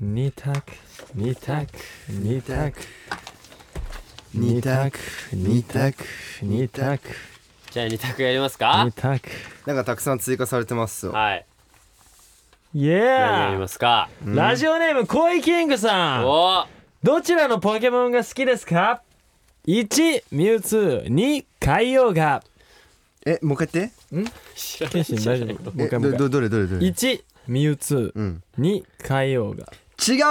二択二択二択二択二択二択じゃあ二択やりますか二択なんかたくさん追加されてますよ。はいイ何やりエーますかイラジオネームコイキングさんおーどちらのポケモンが好きですか1ミュウツー2海洋がえ、もう一回言って。知らな剣い心知ら大な丈い夫もうえ、一回もど、う一ど、どれどれど回れ。 1ミュウツうーん。 2海洋が違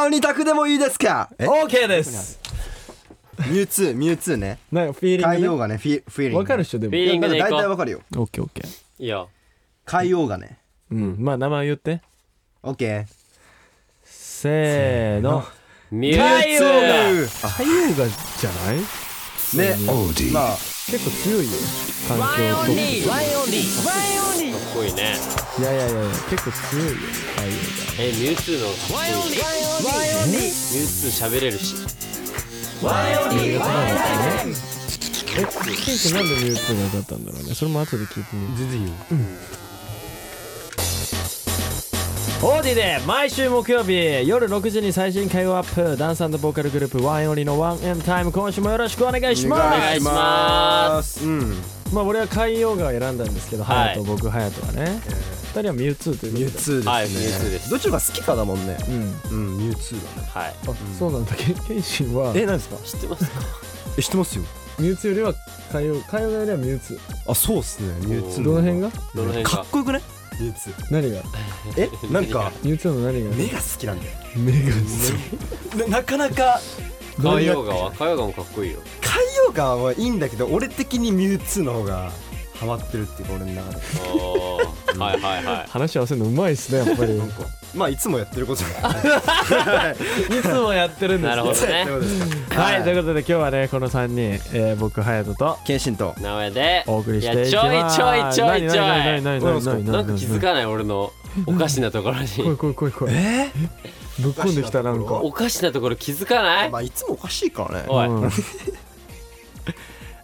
う二択でもいいですか。え、 OK ですミュウツー、ミュウツーね。なんかフィーリングね海洋がね、フィ、フィーリング。わかるっしょでもフィーリングいでやいだこいたいうわかるよ。オッケーオッケーいいよ海洋がね。うんまあ名前言ってオッケせーのミュウツ海洋ーが海洋がじゃないー。ね、まあ、結構強いよ環境とワイオンリーワイオンリーかっこいいねいやいやいやいや結構強いよ海洋えミュウツーのかっこいいワイオンリーミュウツー喋れるしがえケン君なんでミュウツーが歌ったんだろうねそれも後で聞いてみる全然いいよオーディで毎週木曜日夜6時に最新回をアップダンスボーカルグループワンオリのワンエンタイム今週もよろしくお願いしおま願いします。うん。すまあ俺は海洋が選んだんですけどはい隼人僕隼人はね二人はミュウツーというこミュウとでツーですね。はいミュウツーですどっちのが好きかだもんね。うんうん、ミュウツーだね。はいあ、そうなんだ。け謙信はえ、何ですか知ってますかえ、知ってますよ。ミュウツーよりは海洋、海洋側よりはミュウツー。あ、そうっすね。ミュウツー。どの辺が？どの辺かっがこよくねミュウツー。何が？え、なんか、ミュウツーの何が？目が好きなんだよ。目が。ななかなか海洋がは海洋がもかっこいいよ海洋感はいいんだけど俺的にミュウツーの方がハマってるっていうか俺の中でおーはいはいはい話合わせるのうまいっすねやっぱり。まあいつもやってることだからねいつもやってるんなるほどねはい、ということで今日はねこの三人、えー、僕隼人と謙信と名前でお送りしていきやます。ちょいちょいちょいちょい何何何何何何何なんか気づかない俺のおかしなところ怖いに怖い怖い怖い。えぶっ込んできたなんか。おかしなところ気づかないまあいつもおかしいからねおいうん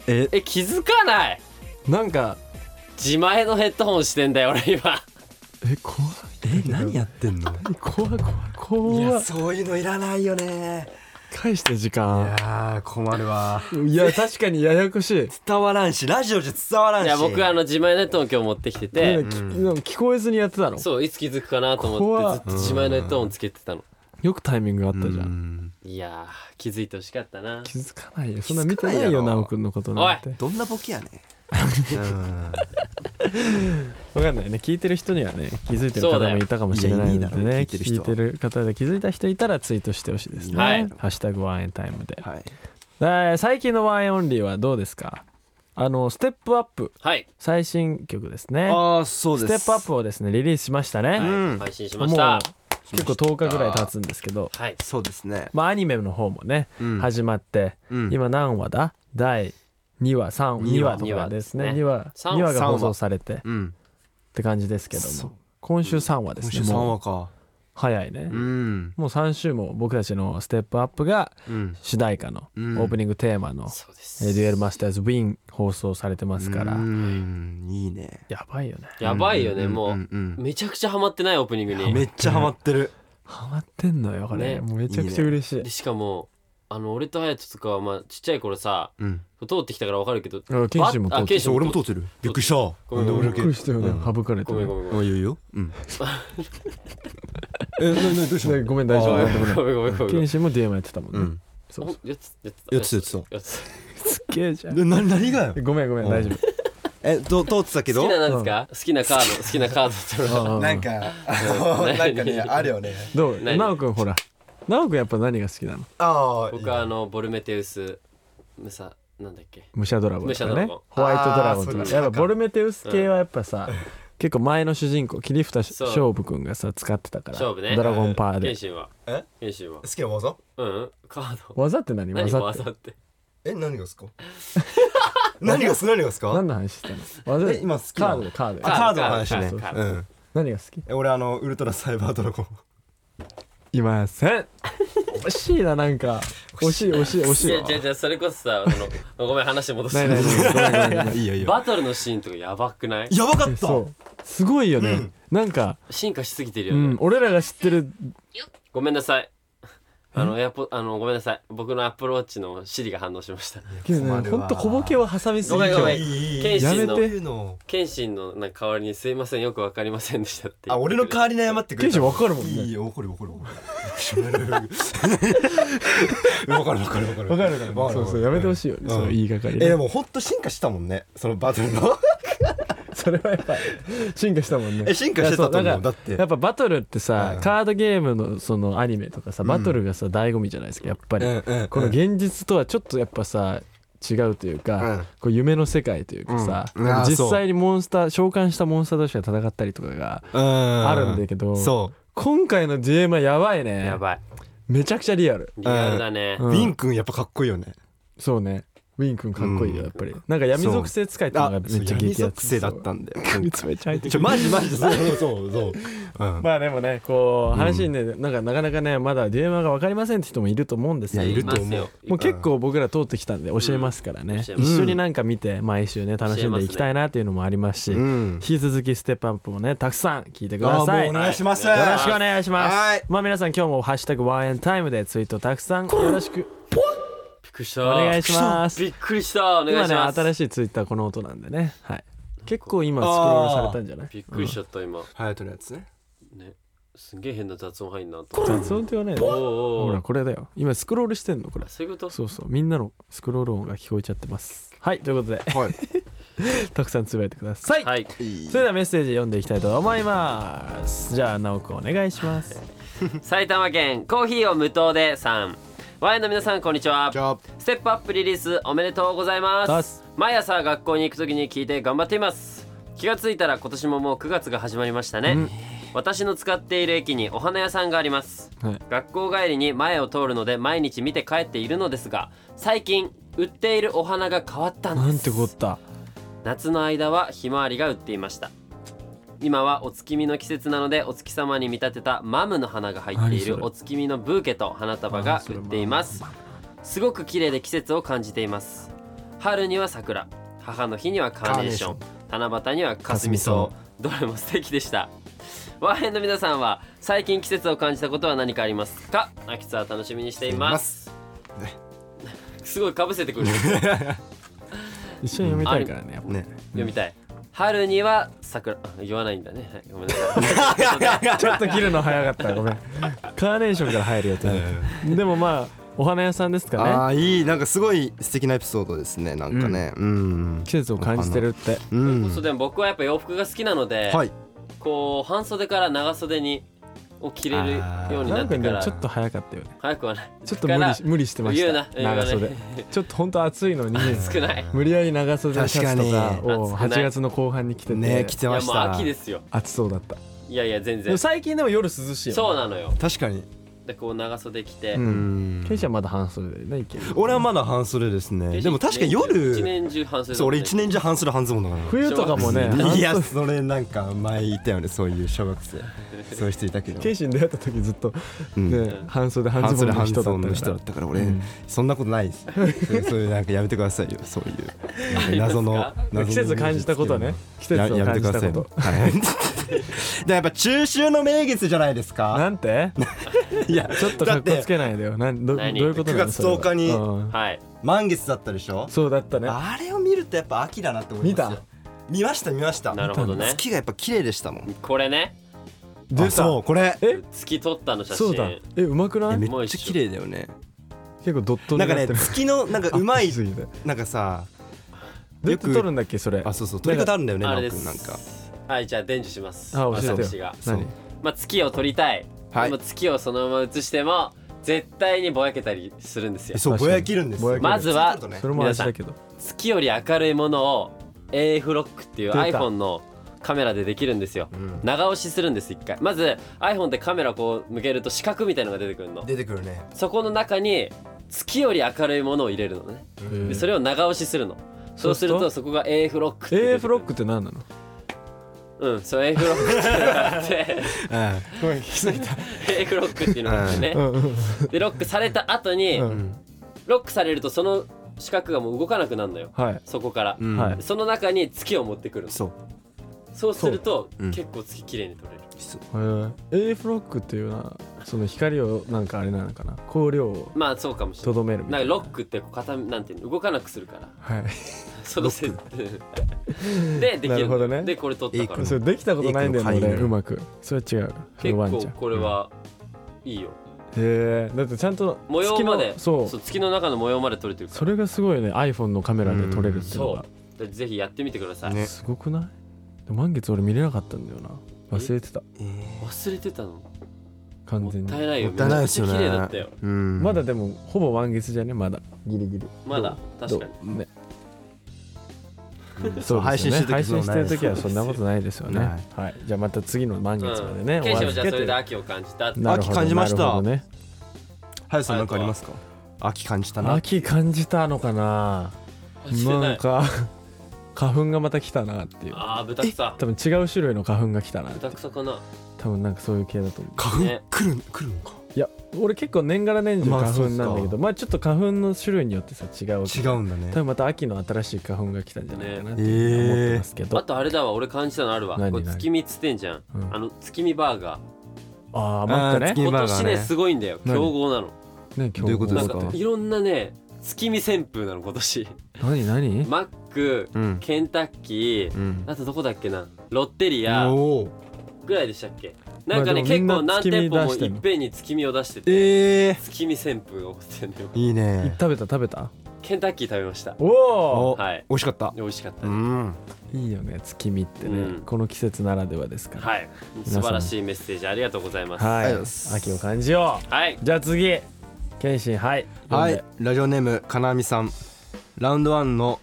ええ気づかないなんか自前のヘッドホンしてんだよ俺今え怖いえ何やってんの怖い怖いい怖やいそういうのいらないよね返して時い間。やー困るわいや確かにややこしい。伝わらんしラジオじゃ伝わらんしいや僕あの自前のヘッドホン今日持ってきてねてきなんか聞こえずにやってたのそういつ気づくかなと思怖っってずっと自前のヘッドホンつけてたのよくタイミングがあったじゃうんんいやー気づいてほしかったな気づかないよそんな見てない気づかないよよなおくんのことなんてどんなボケやねうん分かんないね聞いてる人にはね気づいてる方もいたかもしれないのでそうだよいやねいいだろ聞いてる聞人いはてる方で気づいた人いたらツイートしてほしいですね「はいハッシュタグワンエンタイムで」はいえー最近のワンエンオンリーはどうですかあのステップアップはい最新曲ですねああそうスでテすップアップをですねリリースしましたはねうんい配信しもまうした結構10日ぐらい経つんですけどはいそうですねまあアニメの方もねうん始まってうん今何話だ第2話3話2二話話とかですね2二話三話2話が放送されてっうんて感じですけどそうも今週3話で今す週ね3もう話か早いねうんもう3週も僕たちのステップアップがうん主題歌のオうんープニングテーマのそうで「えーデすュエルマスターズウィン」放送されてますからうんいいねやばいよねやばいよねもんうんめちゃくちゃハマってないオープニングうんめにっちゃハマってるハマってんのよこれねもうめちゃくちゃ嬉しいでしかもあの俺と隼人とかはまあちっちゃい頃さうん通ってきたからわかるけどあケンシンもあ通っケてンシンもってるびっくりしたごめんごめんびっくりしたよねうん省かれてごめんごねめんごあいめんいよいいようん えななどうしたねごめん大丈ご夫めなんでもなんいごめんごめんごめんケンシンも DM やってたもうんねんそうやつやつやつやつだやつすっげえじゃんでな何がよ ごめんごめん大丈夫えど通ってたけ好きなどなんですか好きなカード好きなカードってのはなんかかうんなんかねあるよねどう何なおくんほらなおくんやっぱ何が好きなのああ僕はあのボルメテウスムサなんだっけ武者ドラゴン武とか者ドねラゴンホワイトドラゴンあーそとっかちやっぱ派かボルメテウス系はやっぱさ結構前の主人公桐生そう勝負くんがさ使ってたから勝負ねドラゴンパー剣で心はえ剣心は好きな技うんうんカー ド技って何何技わってざってえ何がです か何がす何がですか何の話してたの技え今好きカなードのカードあカードのカード話ねカーうドん何が好きえ俺あのウルトラサイバードラゴンいません惜しいななんか 惜しい惜しい惜しいいわやじゃじゃそれこそさその ごめん話戻すないないないごめんごめんごめん いいよいいバトルのシーンとかやばくないやばかえったそうすごいよねなんか進化しすぎてるうよねん俺らが知ってるごめんなさいあのエアポあのごめんなさい僕のアップルウォッチの Siri が反応しましたけどね困るほわんと小ボケを挟みすぎごめんごちゃめうんい謙やめ信てのうの謙信のなんか代わりにすいませんよくわかりませんでしたって言あってく俺れの代わりに謝ってくれケンシたンわかるもんねいいよ怒る怒る怒 るわかるわかるわかるわかるからそうそうやめてほしいよね、うんその言いがかりえね、でもほんと進化したもんねそのバ トルのそれはやっぱ進化したもんねえ進化してたと思ういやそだってやっぱバトルってさ、うんカードゲームのそのアニメとかさバトルがさ、醍醐味じゃないですかやっぱり、この現実とはちょっとやっぱさ違うというか、うんこう夢の世界というかさ、うんあー実際にモンスター召喚したモンスター同士が戦ったりとかがああるんだけど、そ今回の GM はやばいねやばいめちゃくちゃリアル、リアルだねうう、んウィン君やっぱかっこいいよねそうねウィン君かっこいいようんやっぱり、なんか闇属性使いっていうのあがめっちゃ闇激ア属ツ性だったんだよめちゃめちゃ入ってくちょるマジマ ジそうそうそうそう、うん、まあでもねこう話にね、なんかなかなかねまだ DM が分かりませんって人もいると思うんですけどいやいるとま思うすよもう結構僕ら通ってきたんで教えますからね、うん一緒になんか見て毎週ね楽しんでいきたいなっていうのもありますしうん引、き続きステップアップもねたくさん聞いてくあだーもさい。うよお願いします、はいろしくお願いします。はいまあ皆さん今日もハッシュタグワンエンタイムでツイートたくさんよろしくびっくりしたお願いします。びっくりしたお願い今しねます新しいツイッターこの音なんでね、はい、結構今スクロールされたんじゃないびっくりしちゃった今ハヤトのやつねねすんげえ変な雑音入んなと思って雑音って言わないおのほーおらーこれだよ今スクロールしてんのこれそういうことそうそうみんなのスクロール音が聞こえちゃってますはいということで はいたくさんつぶやいてください、はいそれではメッセージ読んでいきたいと思いますじゃあ直くんお願いします埼玉県コーヒーを無糖でさんワインの皆さんこんにちはじゃあステップアップリリースおめでとうございますざっす毎朝学校に行くときに聞いて頑張っています気がついたら今年ももう9月が始まりましたね、私の使っている駅にお花屋さんがあります、はい学校帰りに前を通るので毎日見て帰っているのですが最近売っているお花が変わったんですなんてこった夏の間はひまわりが売っていました今はお月見の季節なのでお月様に見立てたマムの花が入ってい何それるお月見のブーケと花束が売っていますすごく綺麗で季節を感じています春には桜母の日にはカーネーションカ七夕にはかすみかそうどれも素敵でしたワーヘンの皆さんは最近季節を感じたことは何かありますか秋ツアー楽しみにしていますしていすごいかぶせ てくる一緒に読みたいからねやっぱね読みたい春には桜あ言わないんだね、はい、ごめんなさいちょっと切るの早かったごめんカーネーションから入る予定でもまあお花屋さんですあかねあいいなんかすごい素敵なエピソードですねなんかねうん季節を感じてるってうそれこんそでも僕はやっぱ洋服が好きなので、はいこう半袖から長袖にを着れるようにななっんかてかねらちょっと早かったよね早くはないちょっと無理し無理してまし言うなた言うな長 袖ちょっと本当暑いのに少ないい無理やり長袖のシャツとか確かにを暑くない8月の後半に着てねて来てやもまうした秋ですよ暑そうだったいやいや全でも然最近でも夜涼しいよねそうなのよ確かにでこう長袖着て、ううんんケイちゃんまだ半袖でねいける俺はまだ半袖ですねでも確かに一夜年中半袖だもんねそう俺一年中半袖半ズボンだから冬とかもねいや それなんか前いたよねそういう小学生 そういう人いたけどケイシン出会った時ずっと、うんね、半袖半半ズボ袖ンの半人ズだボっンたのか人だらったから俺そんなことない ですそうそういうなんかやめてくださいよそう いう謎のあ謎の季節感じたことね季節やをや感めてじくだたさいこよと はいでやっぱ中秋の名月じゃないですかなんていやちょっとだかっっこてつけないでよなんどどう何いうことなの9月それは10日にうんはい満月だったでしょそうだったねあれを見るとやっぱ秋だなって思いますよ見ました見ましたなるほどね月がやっぱ綺麗でしたもんこれね出あたそうこれえ月撮ったの写真そうだえうまくないえめ結もうっ一ちゃ綺緒麗だよね構ドットにななんってかるね月のなんかうまいすぎてどなんかさうやよってく撮るんだっけそれあそうそう撮り方あるんだよねあなれんでかすなんかはいじゃあ伝授しますあ教えてよ私がそう何まあ月を撮りたい、はいでも月をそのまま写しても絶対にぼやけたりするんですよそう確かぼにやけるんですぼやよけるまずはそういうことねそれも味だけど月より明るいものを AF ロックっていう出た iPhone のカメラでできるんですよ、ん長押しするんです一回まず iPhone でカメラこう向けると四角みたいのが出てくるの出てくるねそこの中に月より明るいものを入れるのねでそれを長押しするのそうするそうとすそこが AF ロックって出て AF くロるックって何なのうんそう AF ロックっていうのがあって ごめん気づいた AF ロックっていうのがあってねでロックされた後にうんロックされるとその四角がもう動かなくなるのよはいそこからうんはいその中に月を持ってくるのそうそうするとそううん結構月綺麗に撮れるきそうへー A フロックっていうのはその光をなんかあれなのかな光量をまあそうかもしれとないどめるみたなんいなかロックってこう固めなんていうの動かなくするからはいその設定でできるなるほどねでこれ取ったからいいそれできたことないんだよねいいけど俺うまくそれは違うそ結のワンちゃ構んこれはいいよへえだってちゃんと模様月のまでそうそう月の中の模様まで撮れてるからそれがすごいね iPhone のカメラで撮れるっていうのそがうぜひやってみてください、ねすごくないでも満月俺見れなかったんだよな忘れてたえ忘れてたの完もっ全たいにないーよもったいないですよねめちゃくちゃ綺麗だったようんまだでもほぼ満月じゃねまだギリギリまだ確かににねうんそうで配す信よねしてる時配信してる時はそそうなんなことないですよねないはいじゃあまた次の満月までねうんケンシはじゃあそ終れでわ秋を感じたってなるほど秋感じましたなるほどね林さんなんかありますか秋感じたな秋感じたのかなあしてななんいか 花粉がまた来たなっていうあー豚草多分違う種類の花粉が来たなって豚草かな多分なんかそういう系だと思う花粉ね来る来るのかいや俺結構年がら年中まあ花粉なんだそうけっすどかまあちょっと花粉の種類によってさ違うわけ違うんだね多分また秋の新しい花粉が来たんじゃないかなってねいうふうに思ってますけど、あとあれだわ俺感じたのあるわ何これ何月見っつってんじゃん、うんあの月見バーガーああ待ってあーね月見今バーガ年ーねねすごいんだよ何強豪なのね今どう日いうことなでんすかかいろんなね月見旋風なの今年何何マックうんケンタッキーうんあとどこだっけなロッテリアおーぐらいでしたっけなんまかあでねもみ結んな構何店舗月見も出していんのっぺんに月見を出しててえー月見旋風が起こってるのよいいね食べた食べたケンタッキー食べましたおおおはい美味しかった美味しかったうですんいいよね月見ってね、うんこの季節ならではですからはい素晴らしいメッセージありがとうございますはいありがとうございます秋を感じよはいうじゃあ次謙信はい読んはいでラジオネームかなあみさんラウンドワンの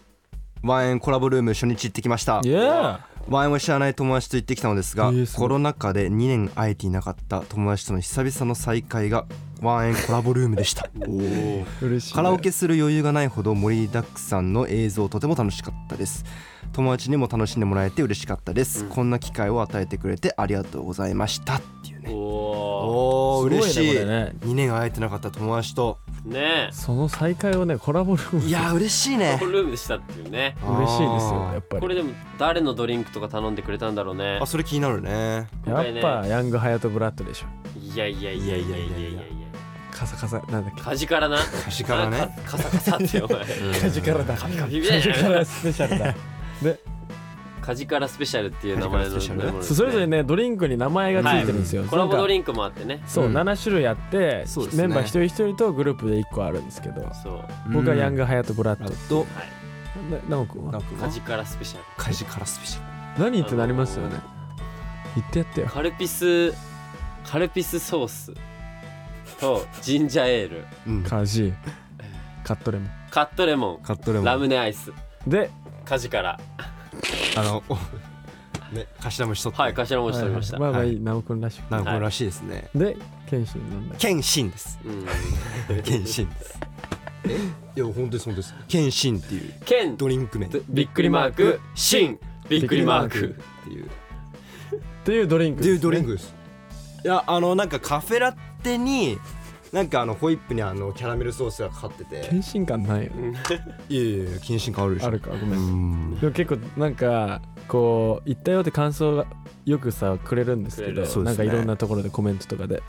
ワンエンコラボルーム初日行ってきましたイエーワンエンを知らない友達と行ってきたのですが、えーすごいコロナ禍で2年会えていなかった友達との久々の再会がワンエンコラボルームでした嬉しい、カラオケする余裕がないほど盛りだくさんの映像とても楽しかったです友達にも楽しんでもらえて嬉しかったです、こんな機会を与えてくれてありがとうございましたっていうねおすおごいねこ2れね年会えてなかった友達とーねその再会をねコラボルームいや嬉しいえねホールームでしたっていうね嬉しいですよやっぱりこれでも誰のドリンクとか頼んでくれたんだろうねあそれ気になるね今回やねっぱヤングハヤトブラッドでしょいやいやいやいやいやいやいやカサカサなんだっけカジカラなカジカラねなんかカサカサってお前カジカラだカカジビカラスペシャルだでカジカラスペシャルっていう名前のカジカラスペシャルね名前のそうそれぞれねドリンクに名前がついてるんですよ、コラボドンリンクもあってねクそう、うん7種類あって、そうですねメンバー一人一人とグループで1個あるんですけどそう僕はヤングハヤトブラッドとはいななおくんはカジカラスペシャルカジカラスペシャ何ってなりますよね言ってやってよカルピスカルピスソースとジンジャーエールル、うん、カジカットレモカットレモカットレンラムネアイスンでカジカラあのお ね頭しとってはい頭文字取りましたはいはいまあまあいはいなおくんらしくなんかこれらしいですね、で謙信なんだ謙信ですうん謙信ですえいや本当にそうです謙信っていうケンドリンク名っびっくりマークシンびっくりマークていうっていうドリンクっていうドリンククですいやあのなんかカフェラテになんかあのホイップにあのキャラメルソースがかかってて謙信感ないよねいやいやいや謙信変わるでしょあるかごうめんんでも結構なんかこう行ったよって感想がよくさくれるんですけくれどるそうでなんすかねいろんなところでコメントとかで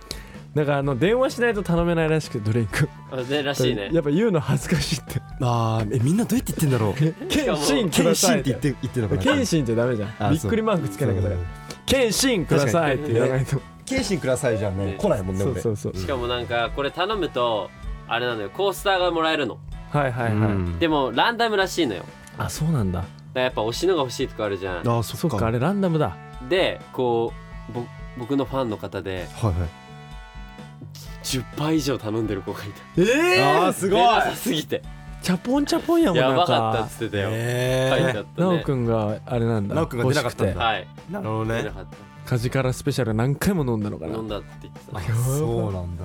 なんかあの電話しないと頼めないらしくてドリンクあねらしいねやっぱ言うの恥ずかしいってあーえみんな どうやって言ってんだろう謙信くだ謙さ信いって言って言ってるのかな謙信ってダメじゃんあびっくりマークつけなきゃだから謙信くださいって言わないと謙信くださいじゃんねね来ないもんねそう俺そうそうしかもなんかこれ頼むとあれなのよコースターがもらえるのはいはいはい、うんでもランダムらしいのよあそうなんだだからやっぱ推しのが欲しいとかあるじゃんあーそそっっかかあれランダムだでこうぼ僕のファンの方ではいはい10杯以上頼んでる子がいたえあえーす出ごいなさすぎてチャポンチャポンやもんやばなかんったっつってたよ、え書いてあーったなおねくんがあれなんだなおくんが出なかったん欲だしくはいなるほど出なねかったてカジカラスペシャル何回も飲んだのかな飲んだって言ってあたそうなんだ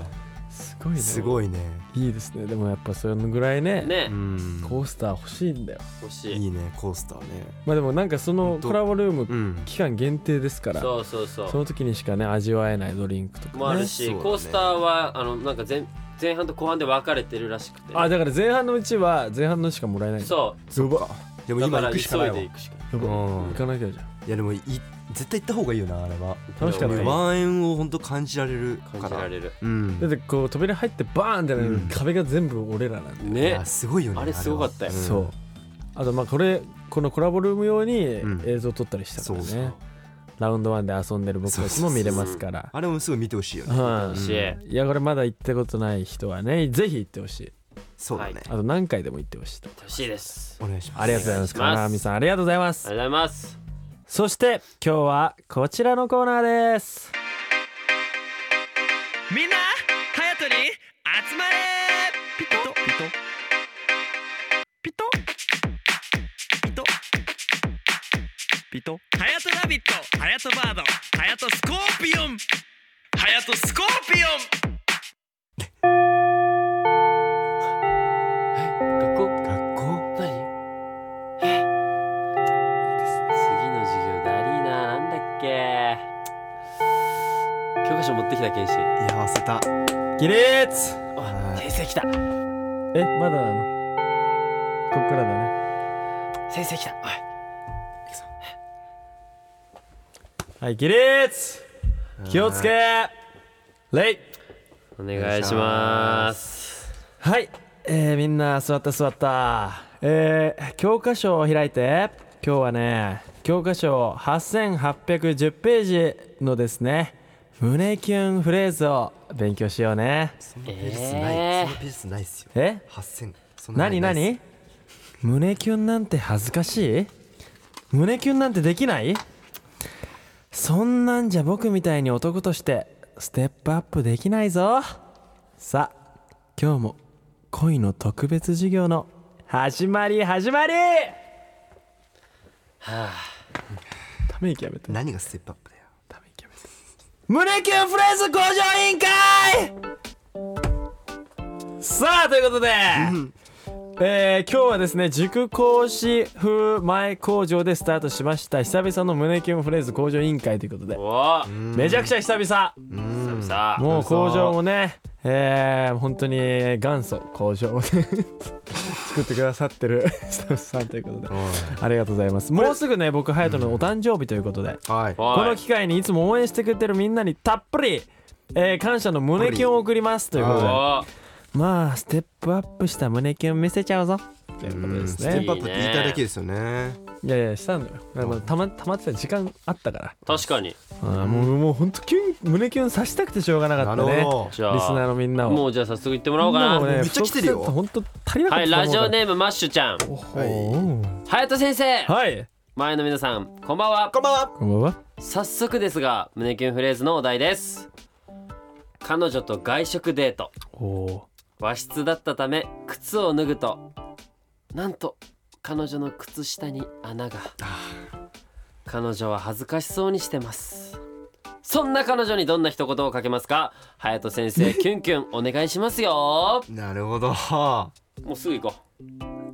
すごいねすごいねいいですねでもやっぱそれぐらいねねうんコースター欲しいんだよ欲しいいいねコースターねまあでもなんかそほのんとコラボルームん期間限定ですからそそうそうそうの時にしかね味わえないドリンクとかもあるねし、そうだねコースターはあのなんか前前半と後半で分かれてるらしくてあだから前半のうちは前半のしかもらえないそそっかでうもだ今から行く急しかないいわでい行くしかやばうん行かなきゃじゃんやでもい絶対行った方がいいよなあれは楽しかったはいねワンエンを本当感じられるから感じられるうんだってこう扉入ってバーンってなる、うん壁が全部俺らなんで、いねやすごいよねあれすごかったよあれはそうあとまあこれこのコラボルーム用にうん映像撮ったりしたからね、そうそうラウンドワンで遊んでる僕たちも見れますからあれもすごい見てほしいよねは楽しいい、いやこれまだ行ったことない人はねぜひ行ってほしいそうだねはいあと何回でも行ってほしいと楽しいですお願いしますありがとうございますお願いします金網さんありがとうございまあすりがとうございますそして今日はこちらのコーナーですみんなハヤトに集まれピトピトピトピトピトハヤトラビットハヤトバードハヤトスコーピオンハヤトスコーピオン学校学校何え次の授業だりーななんだっけ教科書持ってきた剣士いや合わせた起立あ先生来たえまだなのこっからだね先生来たおいはい起立気をつけ礼お願いしますはい、えーみんな座った座ったえー教科書を開いて今日はね教科書8810ページのですね胸キュンフレーズを勉強しようねそのペースない、えーそのペースないっすよえ8000そんな何ないっす何胸キュンなんて恥ずかしい胸キュンなんてできないそんなんじゃ僕みたいに男としてステップアップできないぞさあ今日も恋の特別授業の始まり始まりため息やめて何がステップアップだよため息やめて胸キュンフレーズ向上委員会さあということで、えー今日はですね塾講師風前工場でスタートしました久々の胸キュンフレーズ工場委員会ということでおおめちゃくちゃ久々さあもう工場もねえー、本当に元祖工場をね 作ってくださってる スタッフさんということでありがとうございますもうすぐね僕隼人のお誕生日ということで、はいおいこの機会にいつも応援してくれてるみんなにたっぷり、えー感謝の胸キュンを送りますということおでーまあステップアップした胸キュン見せちゃうぞということですステッねプアップって言いたいだけですよねいやいやしたんだよあのたまたまってた時間あったから確かにあーもうもうほんとキュン胸キュンさしたくてしょうがなかなっるたほねどじゃあリスナーのみんなをもうじゃあ早速行ってもらおうかなもねめっちゃ来てるよ不足本当足りなかったはいと思ラうジオネームマッシュちゃんからおー隼人先生はい前の皆さんこんばんはこんばんはこんばんは早速ですが胸キュンフレーズのお題です彼女と外食デートおお和室だったため靴を脱ぐとなんと彼女の靴下に穴が彼女は恥ずかしそうにしてますそんな彼女にどんな一言をかけますか隼人先生キュンキュンお願いしますよなるほどもうすぐ行こ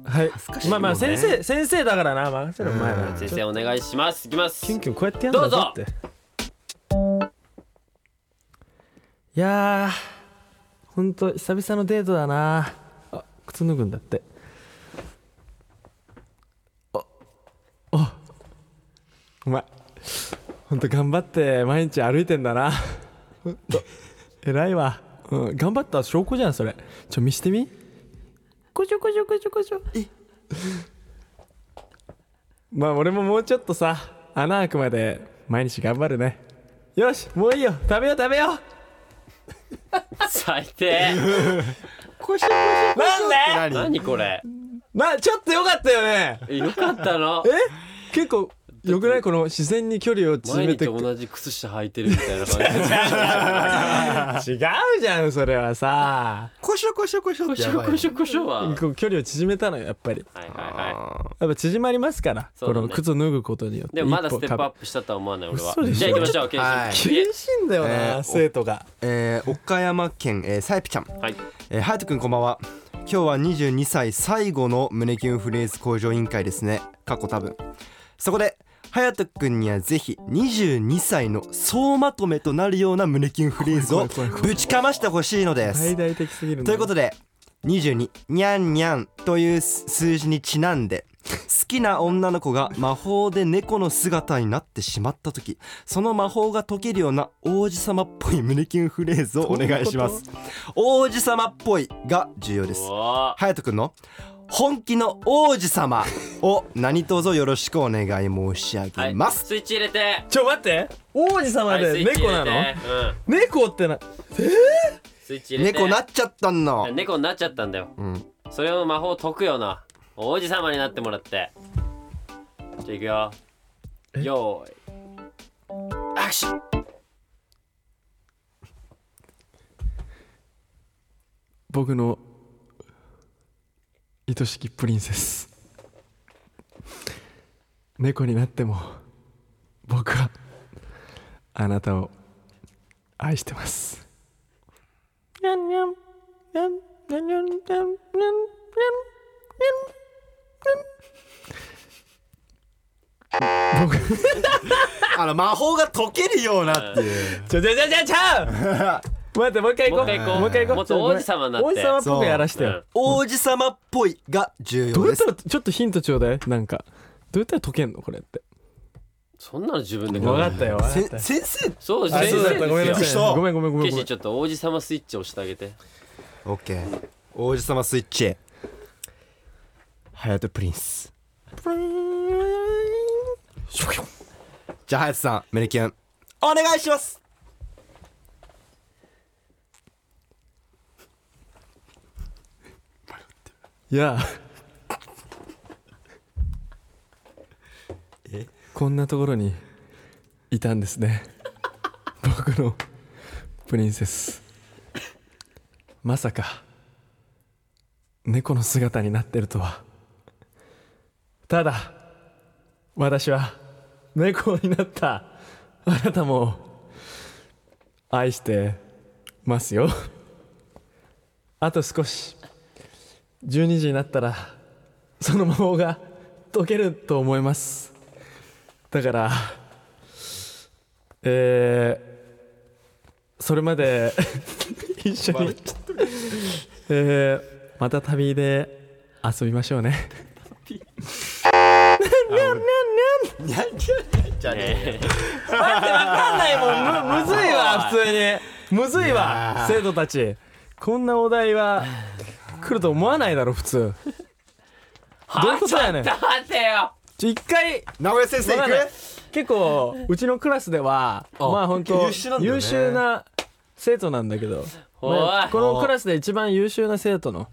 はいずかしいまあまあもんね先生先生だからな任せろお前うらう先生お願いします行きますキュンキュンこうやってやんだぞっていやーほんと久々のデートだなあ靴脱ぐんだってああお前ほんと頑張って毎日歩いてんだなほんと偉いわ、うん、頑張った証拠じゃんそれちょ見してみこちょこちょこちょこちょまあ俺ももうちょっとさ穴開くまで毎日頑張るねよしもういいよ食べよう食べよう最な低んで何 何これなちょっとよかったよねえよかったのえ結構よくないこの自然に距離を縮毎め日て同じ靴下履いてるみたいな感違うじゃんそれはさこしょこしょこしょじこしょこしょこしょははいこう距離を縮めたのよやっぱりはいはやっぱ縮まりますから、そうこだねの靴を脱ぐことによっいてでもまだステップアッププしたとは思わない俺は嘘でしょじゃあ行きましょうケンはいシ厳しいんだよな、え ー生徒がえー、岡山県えーさやぴちゃんはいえー、はやとくんこんばんは今日は22歳最後の胸キュンフレーズ向上委員会ですね過去多分そこではやとくんにはぜひ22歳の総まとめとなるような胸キュンフレーズを怖い怖い怖いぶちかましてほしいのです大々的すぎるんだということで22にゃんにゃんという数字にちなんできな女の子が魔法で猫の姿になってしまった時その魔法が解けるような王子様っぽい胸キュンフレーズをお願いします王子様っぽいが重要ですうわー隼人くんの本気の王子様を何卒よろしくお願い申し上はげます、スイッチ入れてちょ待って王子様はいスイでッチ猫入れなての、うん猫ってなスイッチ入れて猫なっちゃったの猫になっちゃったんだようんそれを魔法解くよな王子様になってもらってじゃあいくよよーいアクション僕の愛しきプリンセス猫になっても僕はあなたを愛してますにゃんにゃんにゃんにゃんにゃんにゃんにゃんにゃんにゃんにゃんあの魔法が解けるようなっていうちょちょちょちょちょ待ってもう一回行こうもう一回行こうもう一回行こうもっと王子様になっ王て子様っぽくやらしてよ、うん王子様っぽいが重どう要やったですらちょっとヒントちょうだいなんかどうやったら解けんのこれってそんなの自分で分かったよせ先生そうあ先そうだっ生たごめんなですよさいごめんごめんごめんケごめシんちょっと王子様スイッチ押してあげてオッケー王子様スイッチハヤトプリンスじゃあハヤトさんメリキュンお願いしますいやこんなところにいたんですね僕のプリンセスまさか猫の姿になってるとはただ私は猫になったあなたも愛してますよあと少し12時になったらその魔法が解けると思いますだからえー、それまで 一緒にえー、また旅で遊びましょうねにゃんにゃんじゃねわかんないもんむむずい わ普通にむずいわ生徒たちこんなお題は来ると思わないだろ普通どういうことやねんちょっと待てよちょ一回名古屋先生わ行かくんない結構うちのクラスではまあ本当優秀なんだよね優秀な生徒なんだけど、おいまあこのクラスで一番優秀な生徒の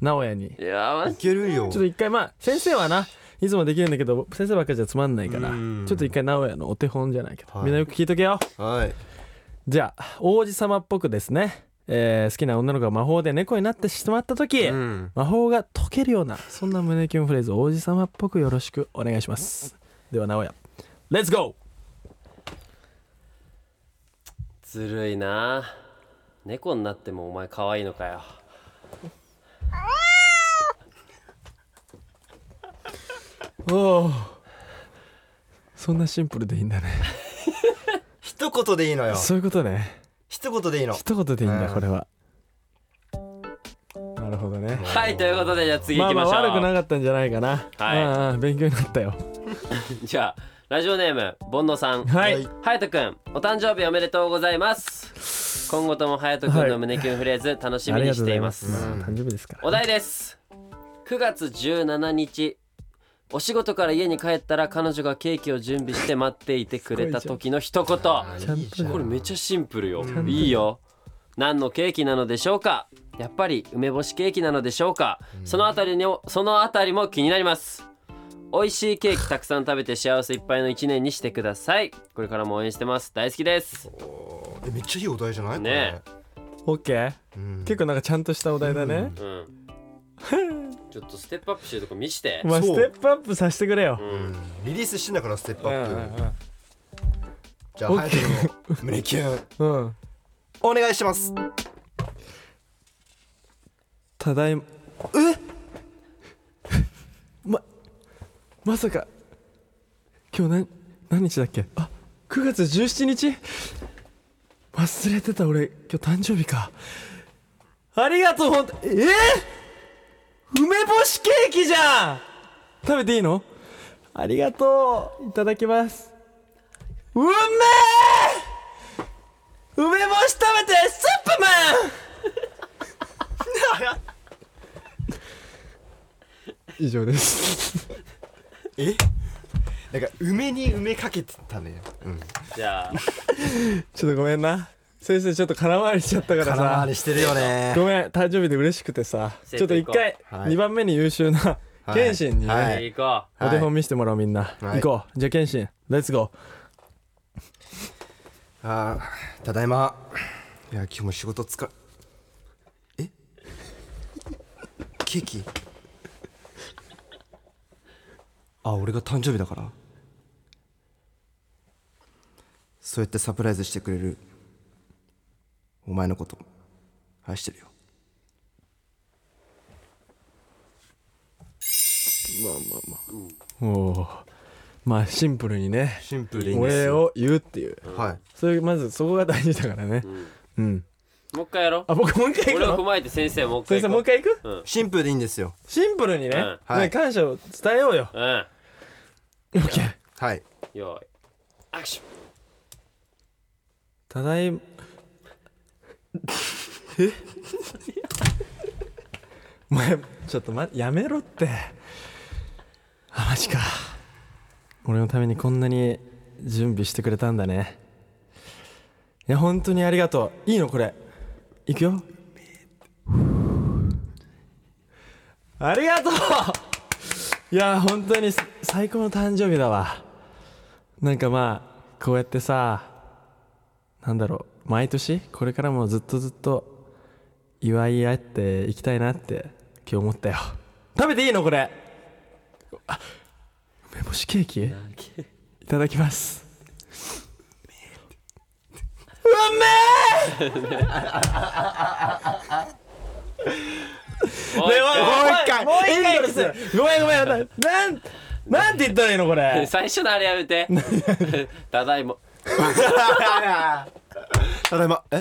直哉にちいやまいけるよょっと一回まあ先生はないつもできるんだけど先生ばっかじゃつまんないからうんちょっと一回直哉のお手本じゃないけど、はいみんなよく聞いとけよはいじゃあ王子様っぽくですね、えー好きな女の子が魔法で猫になってしまった時、うん魔法が解けるようなそんな胸キュンフレーズ王子様っぽくよろしくお願いしますでは直哉レッツゴーずるいな猫になってもお前可愛いのかよおおそんなシンプルでいいんだね一言でいいのよそういうことね一言でいいの一言でいいんだうんこれはなるほどねはいということでじゃあ次ま行あきままあしょう、悪くなかったんじゃないかなはいうんうん勉強になったよじゃあラジオネームボンノさんはい、はいハヤトくんお誕生日おめでとうございます今後ともハヤトくんの胸キュンフレーズ楽しあみりがにとうごしてざいいまますすまあ誕生日ですからお題です9月17日お仕事から家に帰ったら彼女がケーキを準備して待っていてくれた時の一言ちゃんとこれめっちゃシンプルよんといいよ何のケーキなのでしょうかやっぱり梅干しケーキなのでしょうか、そのあたりにもそのあたりも気になります美味しいケーキたくさん食べて幸せいっぱいの一年にしてくださいこれからも応援してます大好きですえめっちゃいいお題じゃないねオッケーこれうん結構なんかちゃんとしたお題だね、うんちょっとステップアップしてるとこ見してまあそうステップアップさせてくれようんリリースしてんだからステップうアんうップんじゃあ隼人の胸キュンうんうん お願いしますただいまえ ままさか今日何何日だっけあ9月17日忘れてた俺今日誕生日かありがとうほんとえー、梅干しケーキじゃん食べていいのありがとういただきますうめえ梅干し食べてスープマン以上ですえなんか梅に梅かけてたねうんじゃあちょっとごめんな先生ちょっと空回りしちゃったからさ空回りしてるよねごめん誕生日で嬉しくてさ生ちょっ徒と一行こう回はい2番目に優秀なはい謙信にはねい行こお手本見せてもらおうみんなは行いこうじゃあ謙信レッツゴあーただいまいや今日も仕事疲れえケーキあ俺が誕生日だからそうやってサプライズしてくれるお前のこと愛してるよーおおまあシンプルにねシンプルでお礼を言うっていうはいそれまずそこが大事だからねうんうもう一回やろうあ僕もう一回俺行をく踏のまえて先生もう一先回生行もうこ一回行くシンプルでいいんですよシンプルにねうんはねい感謝を伝えようよううんオッケーはいよーいアクションただいまえお前ちょっとまやめろってあマジか俺のためにこんなに準備してくれたんだねいや本当にありがとういいのこれいくよありがとういや本当にす最高の誕生日だわなんかまあこうやってさなんだろう毎年これからもずっとずっと祝い合っていきたいなって今日思ったよ食べていいのこれあ梅干しケーキいただきますうめえもう一おい回もう一回ごめんごめんなんなんなんて言ったらいいのこれ最初のあれや めてただいまただいまえ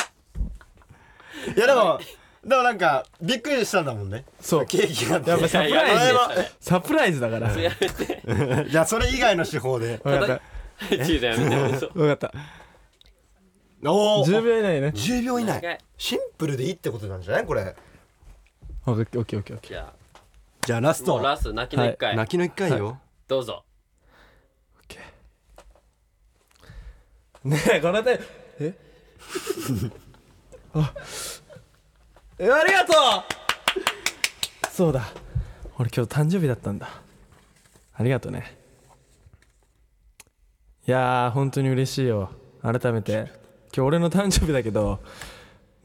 いやでもでもなんかびっくりしたんだもんねそうケーキがやっぱサプライズいやいやサプライズだから分やめていやそれ以外の手法でかったちょっとやめてもう嘘分かったおお10秒以内ね10秒以長い内シンプルでいいってことなんじゃないこれオッケーオッケーオッケーオッケじゃじゃあラスあもうラスト泣きの一回、泣きの一回よ、どうぞーねえこの手えあえありがとうそうだ俺今日誕生日だったんだありがとうねいやー本当に嬉しいよ改めて今日俺の誕生日だけど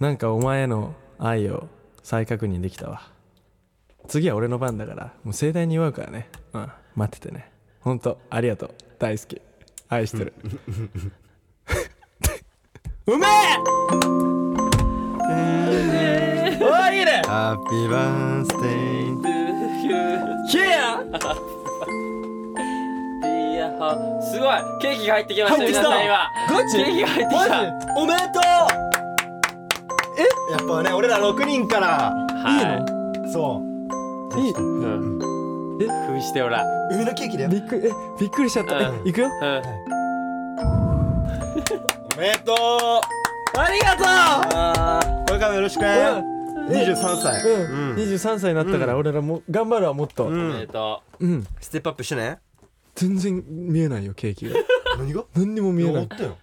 なんかお前への愛を再確認できたわ次は俺の番だからもう盛大に祝うからねうん待っててね本当ありがとう大好き愛してるうめえおーいいねハッピーバースデーヒやいやはすごいケーキが入ってきました入ってきた皆さん今ガチケーキが入ってきたマジおめでとうやっぱね俺ら6人からはいそういいうんえ封しておらん梅のケーキだよびっくりえびっくりしちゃった、うんえいくようんおめでとうありがこれからもよろしくとねう23歳うん、うん23歳になったから俺らも頑張るわもっと、うおんめでとううん、ステップアップしてね全然見えないよケー キが何が何にも見えないたよ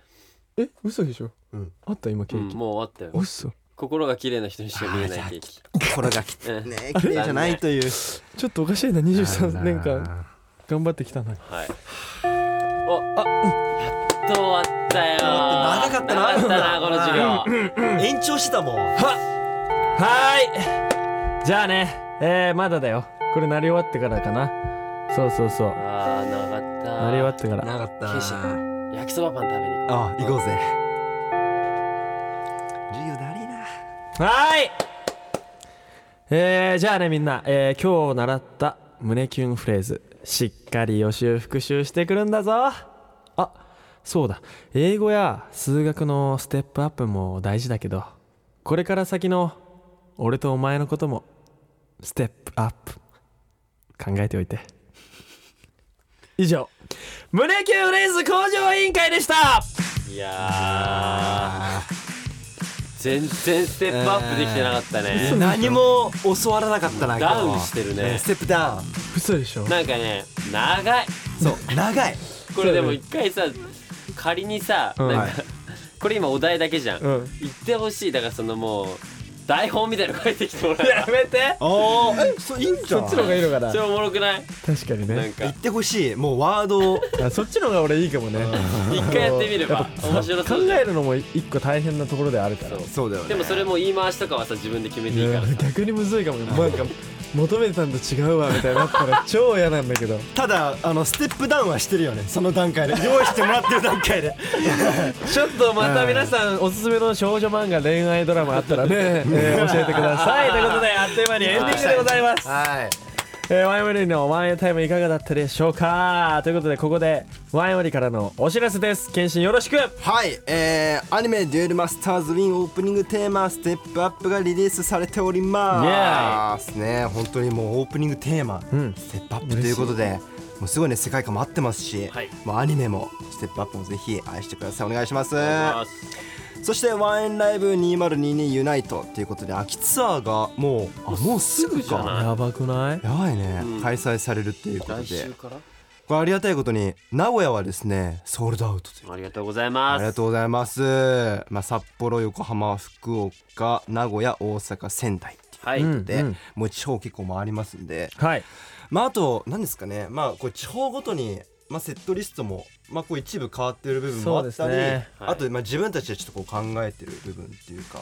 え嘘でしょ、うんあった今ケうんーキ、もう終わったよ嘘心が綺麗な人にしか見えないケーキ心がきうんね綺麗じゃないというちょっとおかしいな23年間あ頑張ってきたのにはいおあやっと終わったよ長かったな長かったなこの授業ー延長してたもんはーいじゃあねえー、まだだよこれ鳴り終わってからかなそうそうそうあー長かった鳴り終わってから長かったケイシ焼きそばパン食べに行こあ行こうぜ授業だりなはーいえー、じゃあねみんな、えー、今日習った胸キュンフレーズしっかり予習復習してくるんだぞあそうだ英語や数学のステップアップも大事だけどこれから先の俺とお前のこともステップアップ考えておいて以上胸キュンフレーズ向上委員会でしたいや ー全然ステップアップできてなかったね、何も教わらなかったなダウン今日はしてるねえーステップダウン嘘でしょなんかね長いそう長いこれでも一回さ仮にさ、んなんはいかこれ今お題だけじゃん、うん言ってほしいだからそのもう台本みたいなの書いてきてもらやうめてああえそういいんじゃんそっちの方がいいのかなそれおもろくない確かになんね言っかてほしいもうワードをあそっちの方が俺いいかもね一回やってみれば面白考そうじゃんえるのも一個大変なところではあるからそうそうだよねでもそれも言い回しとかはさ自分で決めていいからさ逆にむずいかもなんか求めてたんと違うわみたいになったら超嫌なんだけどただあのステップダウンはしてるよねその段階で用意してもらってる段階でちょっとまた皆さんおすすめの少女漫画恋愛ドラマあったら ね、えー教えてくださいということであっという間にエンディングでございますはいえー、ワイモリーのワンエンタイムいかがだったでしょうかということでここでワイモリーからのお知らせです検診よろしくはい、えー、アニメ「デュエルマスターズウィン」オープニングテーマ「ステップアップがリリースされておりますね本当にもうオープニングテーマ「んステップアップということでもうすごいね世界観も合ってますし、はいもうアニメもステップアップもぜひ愛してくださいお願いしますあそしてワンエンライブ2022ユナイトということで秋ツアーがもうあもうすぐすぐじゃかなやばくないやばいね、ん開催されるっていうこと来で週からこれありがたいことに名古屋はですねソールドアウトというありがとうございまありがすとうございます。まあ、札幌、横浜、福岡、名古屋、大阪、仙台っていうはい、うんで、もう地方結構回りますんで、はいまあ、あと、何ですかね、まあ、こう地方ごとに、まあ、セットリストも、まあ、こう一部変わってる部分もあったそうり、ですねはいあと、まあ、自分たちでちょっとこう考えてる部分っていうか、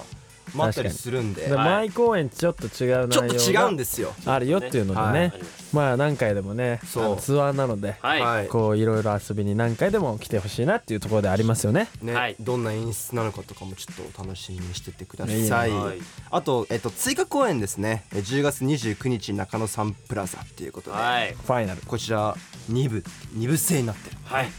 まあ、あったりするんで、でち前公演ちょっと違う内ょっ容とが違うんですよ。あるよっていうのでねはいありますまあ何回でもねそうあのツアーなので、はい、はいこういろいろ遊びに何回でも来てほしいなっていうところでありますよねねはいどんな演出なのかとかもちょっとお楽しみにしててください、いいねはいあと、えっと、追加公演ですねえ10月29日中野サンプラザっていうことで、はいファイナルこちら2部2部制になってるはい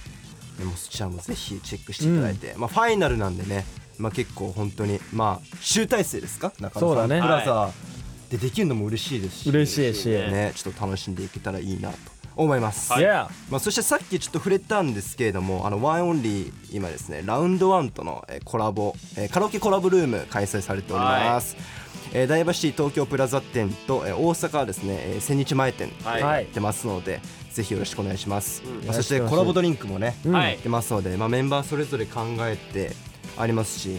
でもそちらもぜひチェックしていただいて、まあ、ファイナルなんでね、まあ、結構本当にまあ集大成ですか中そうだ野サンプねラザでできるのも嬉しいですし嬉しいし、嬉しいねね、ちょっと楽しんでいけたらいいなと思います、いやまあ、そしてさっきちょっと触れたんですけれどもあのワンオンリー今ですねラウンドワンとのえーコラボ、えーカラオケコラボルーム開催されております、えーダイバーシティ東京プラザ店と、えー大阪はですね、えー千日前店はいはやいってますので、ぜひよろしくお願いします、んまあそしてコラボドリンクもね、んはやいってますので、まあ、メンバーそれぞれ考えてありますし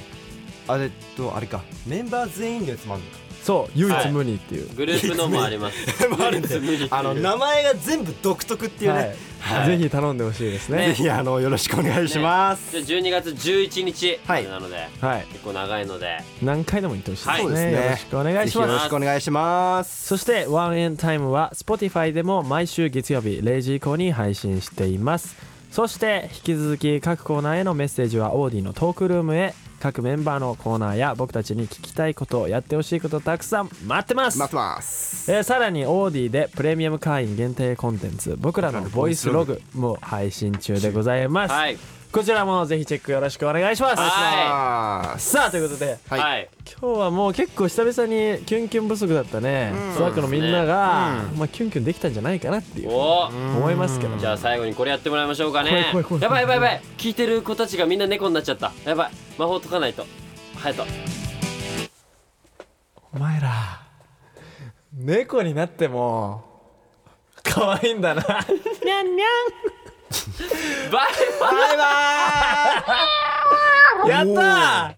あれとあれかメンバー全員のやつもあるのかそう唯一無二っていう、グループのもありますもあるんでグループのあの名前が全部独特っていうね、はいぜひ頼んでほしいですねぜひあのよろしくお願いします、じゃあ12月11日まはいでなので、はい結構長いので何回でも行ってほしいですね,、はいそうですねよろしくお願いしまぜひすよろしくお願いしますそしてワンエンタイムは Spotify でも毎週月曜日0時以降に配信していますそして引き続き各コーナーへのメッセージはオーディのトークルームへ各メンバーのコーナーや僕たちに聞きたいことやってほしいことたくさん待ってます待ってますえーさらにオーディでプレミアム会員限定コンテンツ僕らのボイスログも配信中でございます、はいこちらもぜひチェックよろしくお願いします、あーさあということでははいい、今日はもう結構久々にキュンキュン不足だったね、スワックのみんなが、まあ、キュンキュンできたんじゃないかなっていうお思いますけどじゃあ最後にこれやってもらいましょうかね怖い怖い怖いやばいやばいやばい聞いてる子たちがみんな猫になっちゃったやばい魔法解かないと隼人お前ら猫になっても可愛いんだなにゃんにバイバイゃんやったー